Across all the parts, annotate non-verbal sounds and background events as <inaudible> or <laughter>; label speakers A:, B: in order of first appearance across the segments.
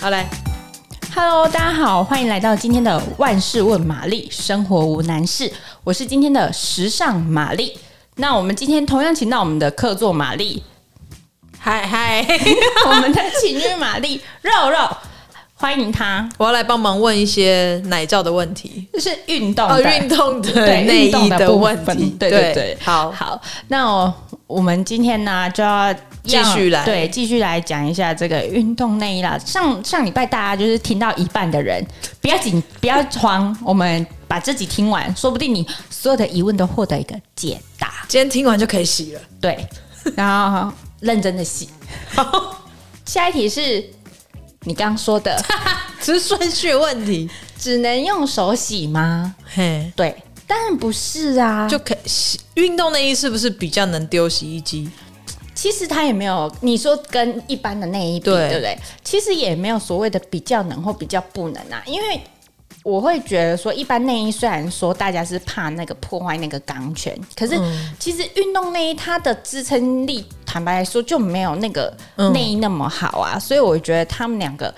A: 好来，
B: Hello，大家好，欢迎来到今天的万事问玛丽，生活无难事。我是今天的时尚玛丽。那我们今天同样请到我们的客座玛
A: <laughs>
B: 丽，
A: 嗨嗨，
B: 我们的情欲玛丽肉肉，欢迎她。
A: <laughs> 我要来帮忙问一些奶罩的问题，
B: 这是运动
A: 哦，
B: 的
A: 运动的
B: <laughs> 对
A: 内
B: 运动
A: 衣
B: 的
A: 的
B: 部
A: 问
B: 分
A: 题，
B: 对对对
A: 好，
B: 好，那我我们今天呢就要让
A: 继续来
B: 对继续来讲一下这个运动内衣啦。上上礼拜大家就是听到一半的人，不要紧，不要慌，我们把这集听完，说不定你所有的疑问都获得一个解答。
A: 今天听完就可以洗了。 <laughs>
B: 对，然后认真的洗。 <laughs> 下一题是你刚
A: <laughs>
B: 说的，
A: 只是顺序问题，
B: 只能用手洗吗？
A: 嘿，
B: 对，当然不是啊，
A: 就可以洗。运动内衣是不是比较能丢洗衣机？
B: 其实它也没有，你说跟一般的内衣比，
A: 对
B: 对不对？其实也没有所谓的比较能或比较不能啊，因为我会觉得说，一般内衣虽然说大家是怕那个破坏那个钢圈，可是其实运动内衣它的支撑力，坦白来说就没有那个
A: 嗯
B: 内衣那么好啊，所以我觉得他们两个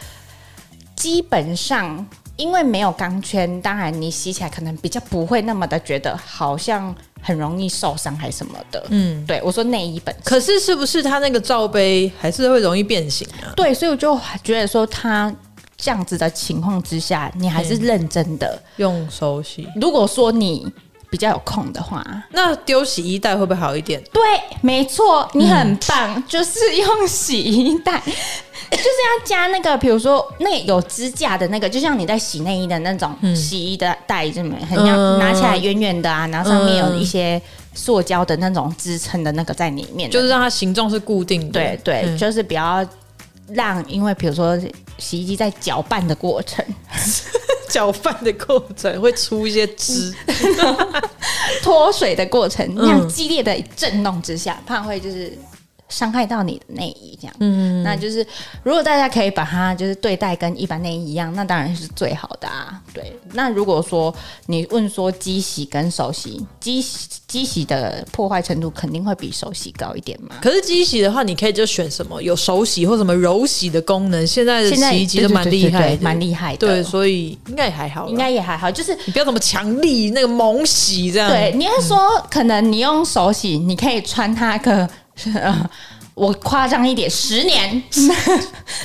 B: 基本上。因为没有钢圈，当然你洗起来可能比较不会那么的觉得好像很容易受伤还什么的。嗯，对我说内衣本身
A: 可是是不是它那个罩杯还是会容易变形啊？
B: 对，所以我就觉得说，他这样子的情况之下，你还是认真的。
A: 用手洗，
B: 如果说你比较有空的话，
A: 那丢洗衣袋会不会好一点？
B: 对，没错，你很棒，就是用洗衣袋。嗯就是要加那个，比如说那个有支架的那个，就像你在洗内衣的那种洗衣的袋子里面，很像
A: 嗯
B: 拿起来圆圆的啊，然后上面有一些塑胶的那种支撑的那个在里面的，
A: 就是让它形状是固定的。
B: 对对，
A: 嗯
B: 就是不要让，因为比如说洗衣机在搅拌的过程，
A: <laughs> 搅拌的过程会出一些汁，
B: 脱水的过程，那样激烈的震动之下，怕会就是伤害到你的内衣这样。嗯，那就是如果大家可以把它就是对待跟一般内衣一样，那当然是最好的啊。对，那如果说你问说机洗跟手洗，机洗机洗的破坏程度肯定会比手洗高一点嘛。
A: 可是机洗的话，你可以就选什么有手洗或什么柔洗的功能。现在的
B: 现在
A: 洗衣机都蛮厉
B: 对对
A: 害
B: 对
A: 的，
B: 对蛮厉害的，
A: 对，所以应该也还好啦。
B: 应该也还好，就是
A: 你不要这么强力那个猛洗这样。
B: 对，，你要说、可能你用手洗，你可以穿它个，呃、我夸张一点，十年， <laughs>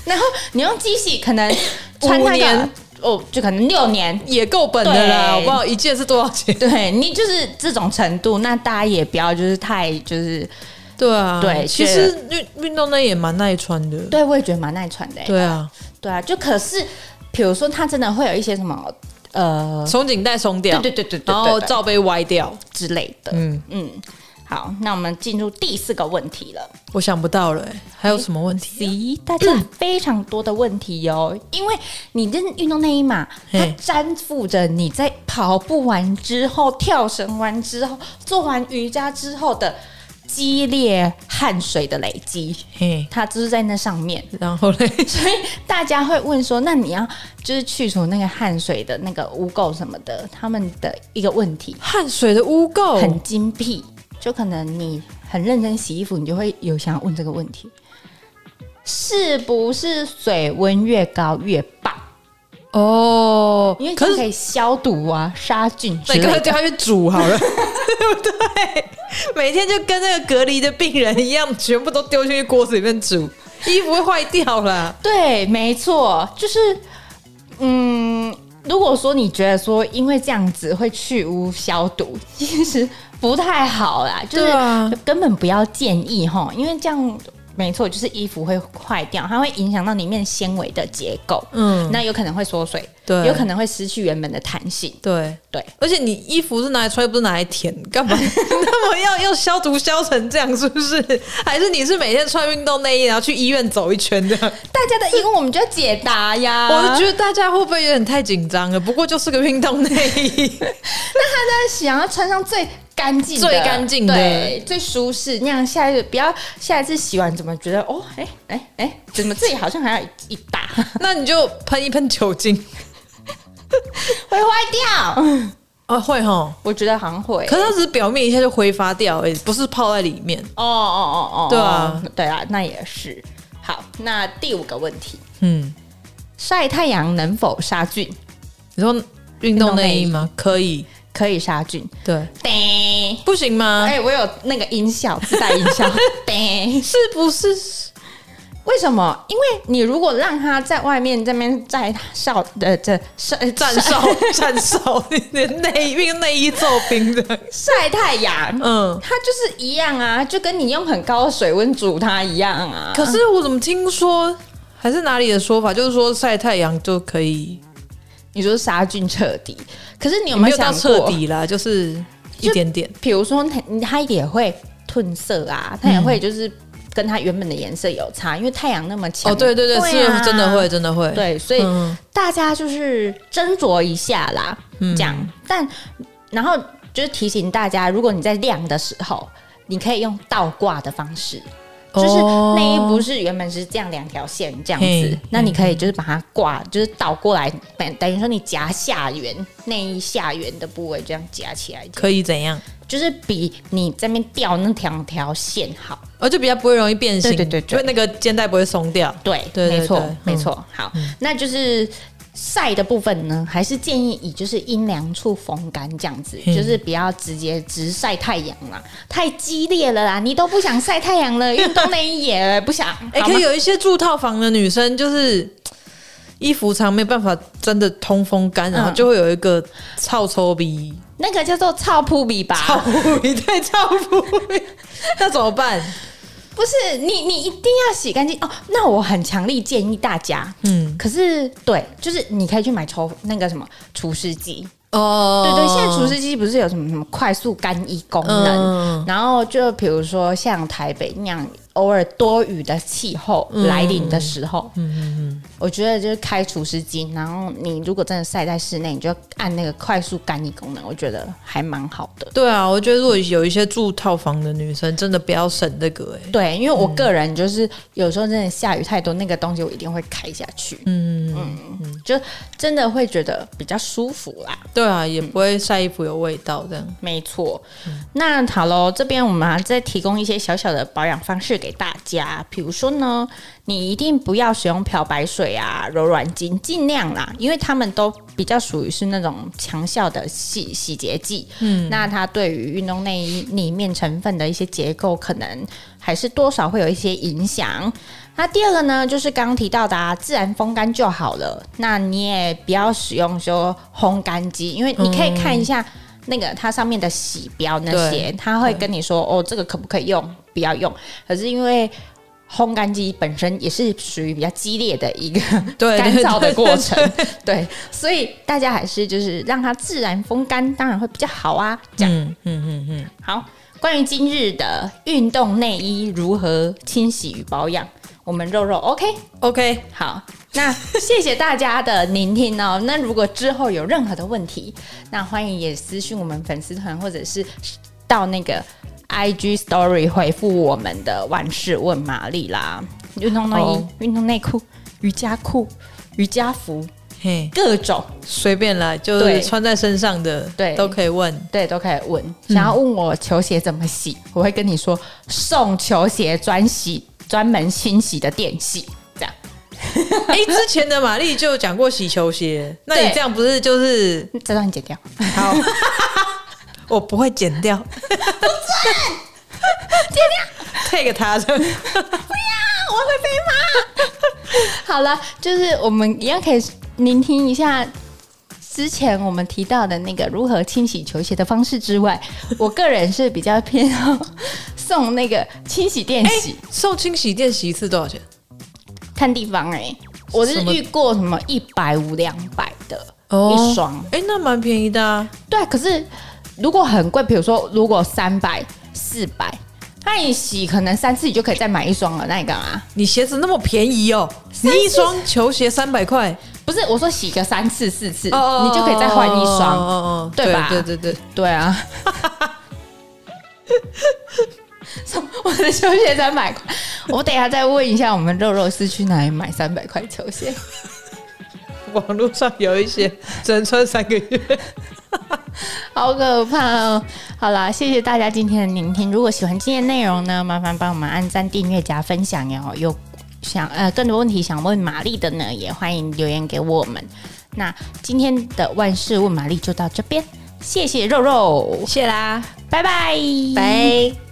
B: 然后你用机洗可能穿
A: 五
B: 它个
A: 年
B: 哦，就可能六年。
A: 也够本的啦，
B: 对
A: 好不好？一件是多少
B: <laughs>
A: 钱？
B: 对你就是这种程度，那大家也不要就是太就是，
A: 对啊，
B: 对
A: 其实运运动内也蛮耐穿的。
B: 对我也觉得蛮耐穿的、欸。
A: 对啊，
B: 对啊，就可是比如说它真的会有一些什么呃，
A: 松紧带松
B: 对
A: 掉，
B: 对对对对对
A: 然后
B: 对
A: 罩杯歪掉。
B: 之类的。
A: 嗯，
B: 嗯，好，那我们进入第四个问题了。
A: 我想不到了、欸，还有什么问题？
B: 及大家非常多的问题哟、因为你的运动内衣嘛，它
A: 嘿
B: 粘附着你在跑步完之后、跳绳完之后、做完瑜伽之后的激烈汗水的累积，
A: 嘿，
B: 它就是在那上面。 <laughs>
A: 然后嘞，
B: 所以大家会问说，那你要就是去除那个汗水的那个污垢什么的，他们的一个问题
A: 汗水的污垢，
B: 很精辟，就可能你很认真洗衣服，你就会有想要问这个问题：是不是水温越高越棒？
A: 哦
B: 因为，
A: 可
B: 它
A: 是
B: 可以消毒啊、杀菌之
A: 每
B: 类
A: 个
B: 的。
A: 叫他去煮好了，对 <laughs> 不对？每天就跟那个隔离的病人一样，全部都丢进去锅子里面煮，衣服会坏掉啦。
B: 对，没错，就是嗯，如果说你觉得说因为这样子会去污消毒，其实不太好
A: <laughs>
B: 啦，就是
A: 对啊
B: 根本不要建议哈，因为这样。没错，就是衣服会坏掉，它会影响到里面纤维的结构。
A: 嗯，
B: 那有可能会缩水，
A: 对
B: 有可能会失去原本的弹性，
A: 对。
B: 对。
A: 而且你衣服是拿来穿，又不是拿来舔，干嘛 <laughs> 那么要要消毒消成这样？是不是？还是你是每天穿运动内衣，然后去医院走一圈这样？啊
B: 大家的疑问我们就要解答呀。
A: 我是
B: 得
A: 觉得大家会不会有点太紧张了？不过就是个运动内衣， <laughs>
B: 想要穿上最干净的、
A: 最干净的
B: 对，最舒适，那样下一次不要下一次洗完怎么觉得哦，哎哎哎，怎么自己好像还有一一
A: <laughs>
B: 打
A: 那你就喷一喷酒精
B: 会坏掉？
A: 啊，会吼。
B: 我觉得好像会。
A: 可是它只是表面一下就挥发掉而已，不是泡在里面。
B: 哦哦哦哦，
A: 对啊，
B: 对啊，那也是。好，那第五个问题，
A: 嗯，
B: 晒太阳能否杀菌？
A: 你说运动内衣吗？可以，
B: 可以杀
A: <laughs>
B: 菌。
A: 对，
B: 叮
A: 不行吗？
B: 哎、我有那个音效，自带音
A: <laughs>
B: 效。叮
A: 是不是？
B: 为什么？因为你如果让它在外面这边在少呃这晒
A: 站哨， <laughs> 站哨，你的内运内衣做冰的，
B: 晒太阳，
A: 嗯。
B: 它就是一样啊，就跟你用很高的水温煮它一样啊。
A: 可是我怎么听说，还是哪里的说法，就是说晒太阳就可以，
B: 你说杀菌彻底，可是你有
A: 没
B: 没
A: 有
B: 有
A: 到
B: 想
A: 彻
B: 过？
A: 底啦，就是一点点。
B: 比如说它它也会褪色啊，它也
A: 嗯
B: 会就是跟它原本的颜色有差，因为太阳那么强。
A: 哦，对对对，
B: 啊
A: 是真的会，真的会。
B: 对，所以
A: 嗯，
B: 大家就是斟酌一下啦，这样。但然后就是提醒大家，如果你在晾的时候，你可以用倒挂的方式，就是
A: 哦
B: 内衣不是原本是这样两条线这样子
A: 嘿，嗯
B: 那你可以就是把它挂，就是倒过来，等等于说你夹下缘内衣下缘的部位这样夹起来，
A: 可以怎样？
B: 就是比你这边吊那两条线好。
A: 哦，就比较不会容易变形，
B: 对对对对
A: 就那个肩带不会松掉。
B: 对，
A: 对对
B: 没错，
A: 对嗯
B: 没错。好，那就是晒的部分呢，还是建议以就是阴凉处风干这样子，
A: 嗯
B: 就是不要直接直晒太阳啦，太激烈了啦，你都不想晒太阳了，运动内衣也不想，
A: <laughs> 哎、
B: 好
A: 可
B: 吗
A: 以有一些住套房的女生，就是衣服长没办法真的通风干，然后就会有一个臭臭 <laughs> 鼻，
B: 那个叫做操扑比
A: 臭
B: 吧？
A: 鼻 <laughs> 对臭鼻，那怎么办？
B: <laughs> 不是，你你一定要洗干净哦。那我很强力建议大家，
A: 嗯，
B: 可是对，就是你可以去买抽那个什么除湿机，
A: 哦
B: 对对，现在除湿机不是有什么什么快速干衣功能？
A: 嗯
B: 然后就比如说像台北那样，偶尔多雨的气候来临的时候，嗯嗯嗯，我觉得就是开除湿机，然后你如果真的晒在室内，你就按那个快速干衣功能，我觉得还蛮好的。
A: 对啊，我觉得如果有一些住套房的女生，真的不要省这个、哎，
B: 对，因为我个人就是有时候真的下雨太多，那个东西我一定会开下去，嗯嗯，就真的会觉得比较舒服啦。
A: 对啊，也不会晒衣服有味道这样。
B: 没错，那好喽，这边我们还再提供一些小小的保养方式给大家，比如说呢，你一定不要使用漂白水啊、柔软巾，尽量啦，因为它们都比较属于是那种强效的洗洗洁剂，嗯，那它对于运动内衣里面成分的一些结构，可能还是多少会有一些影响。那第二个呢，就是刚刚提到的、啊，自然风干就好了。那你也不要使用说烘干机，因为你可以看一
A: 嗯
B: 下那个它上面的洗标那些，它会跟你说哦，这个可不可以用，不要用。可是因为烘干机本身也是属于比较激烈的一个
A: 对
B: 干
A: 对
B: 燥的
A: 对
B: 过程，对，所以大家还是就是让它自然风干，当然会比较好啊。这
A: <laughs>
B: 样、
A: 嗯嗯嗯嗯，
B: 好，关于今日的运动内衣如何清洗与保养，我们肉肉 OK。
A: ，OK，
B: 好，那谢谢大家的聆听哦。 <laughs> 那如果之后有任何的问题，那欢迎也私讯我们粉丝团，或者是到那个 IG Story 回复我们的万事问玛丽啦。运动内衣
A: 好、
B: 运动内裤、瑜伽裤、哦瑜伽服，
A: 嘿，
B: 各种
A: 随便来，就
B: 对
A: 是穿在身上的，
B: 对
A: 都可以问。
B: 对都可以问。想要问我球鞋怎么洗，我会跟你说送球鞋专洗、专门清洗的店洗，这样
A: 哎、之前的玛丽就有讲过洗球鞋，那你
B: 对
A: 这样不是就是
B: 嗯这段剪掉。
A: 好？我不会剪掉，不准剪掉，take 他的。
B: 我会被骂。好了，就是我们一样可以聆听一下之前我们提到的那个如何清洗球鞋的方式之外，我个人是比较偏 <laughs> 好送那个清洗店洗，
A: 送清洗店洗一次多少钱？
B: 看地方哎、我是
A: 什么
B: 遇过什么一百五、两百的、
A: 哦
B: 一双，
A: 哎、那蛮便宜的啊。
B: 对啊，可是如果很贵，比如说如果三百、四百，那你洗可能三次你就可以再买一双了，那你干嘛？
A: 你鞋子那么便宜哦，你一双球鞋三百块，
B: 不是我说洗个三次、四次，
A: 哦哦，
B: 你就可以再换一双。
A: 哦哦哦
B: 对吧
A: 对对对，对
B: 对啊， <laughs> 什么我的球鞋三百块，我等一下再问一下我们肉肉是去哪里买三百块球鞋。
A: 网络上有一些只能穿三个月。
B: 好可怕哦！好啦，谢谢大家今天的聆听。如果喜欢今天的内容呢，麻烦帮我们按赞、订阅、加分享哟。有想呃更多问题想问玛丽的呢，也欢迎留言给我们。那今天的万事问玛丽就到这边，谢谢肉肉，
A: 谢啦，
B: 拜拜，
A: 拜。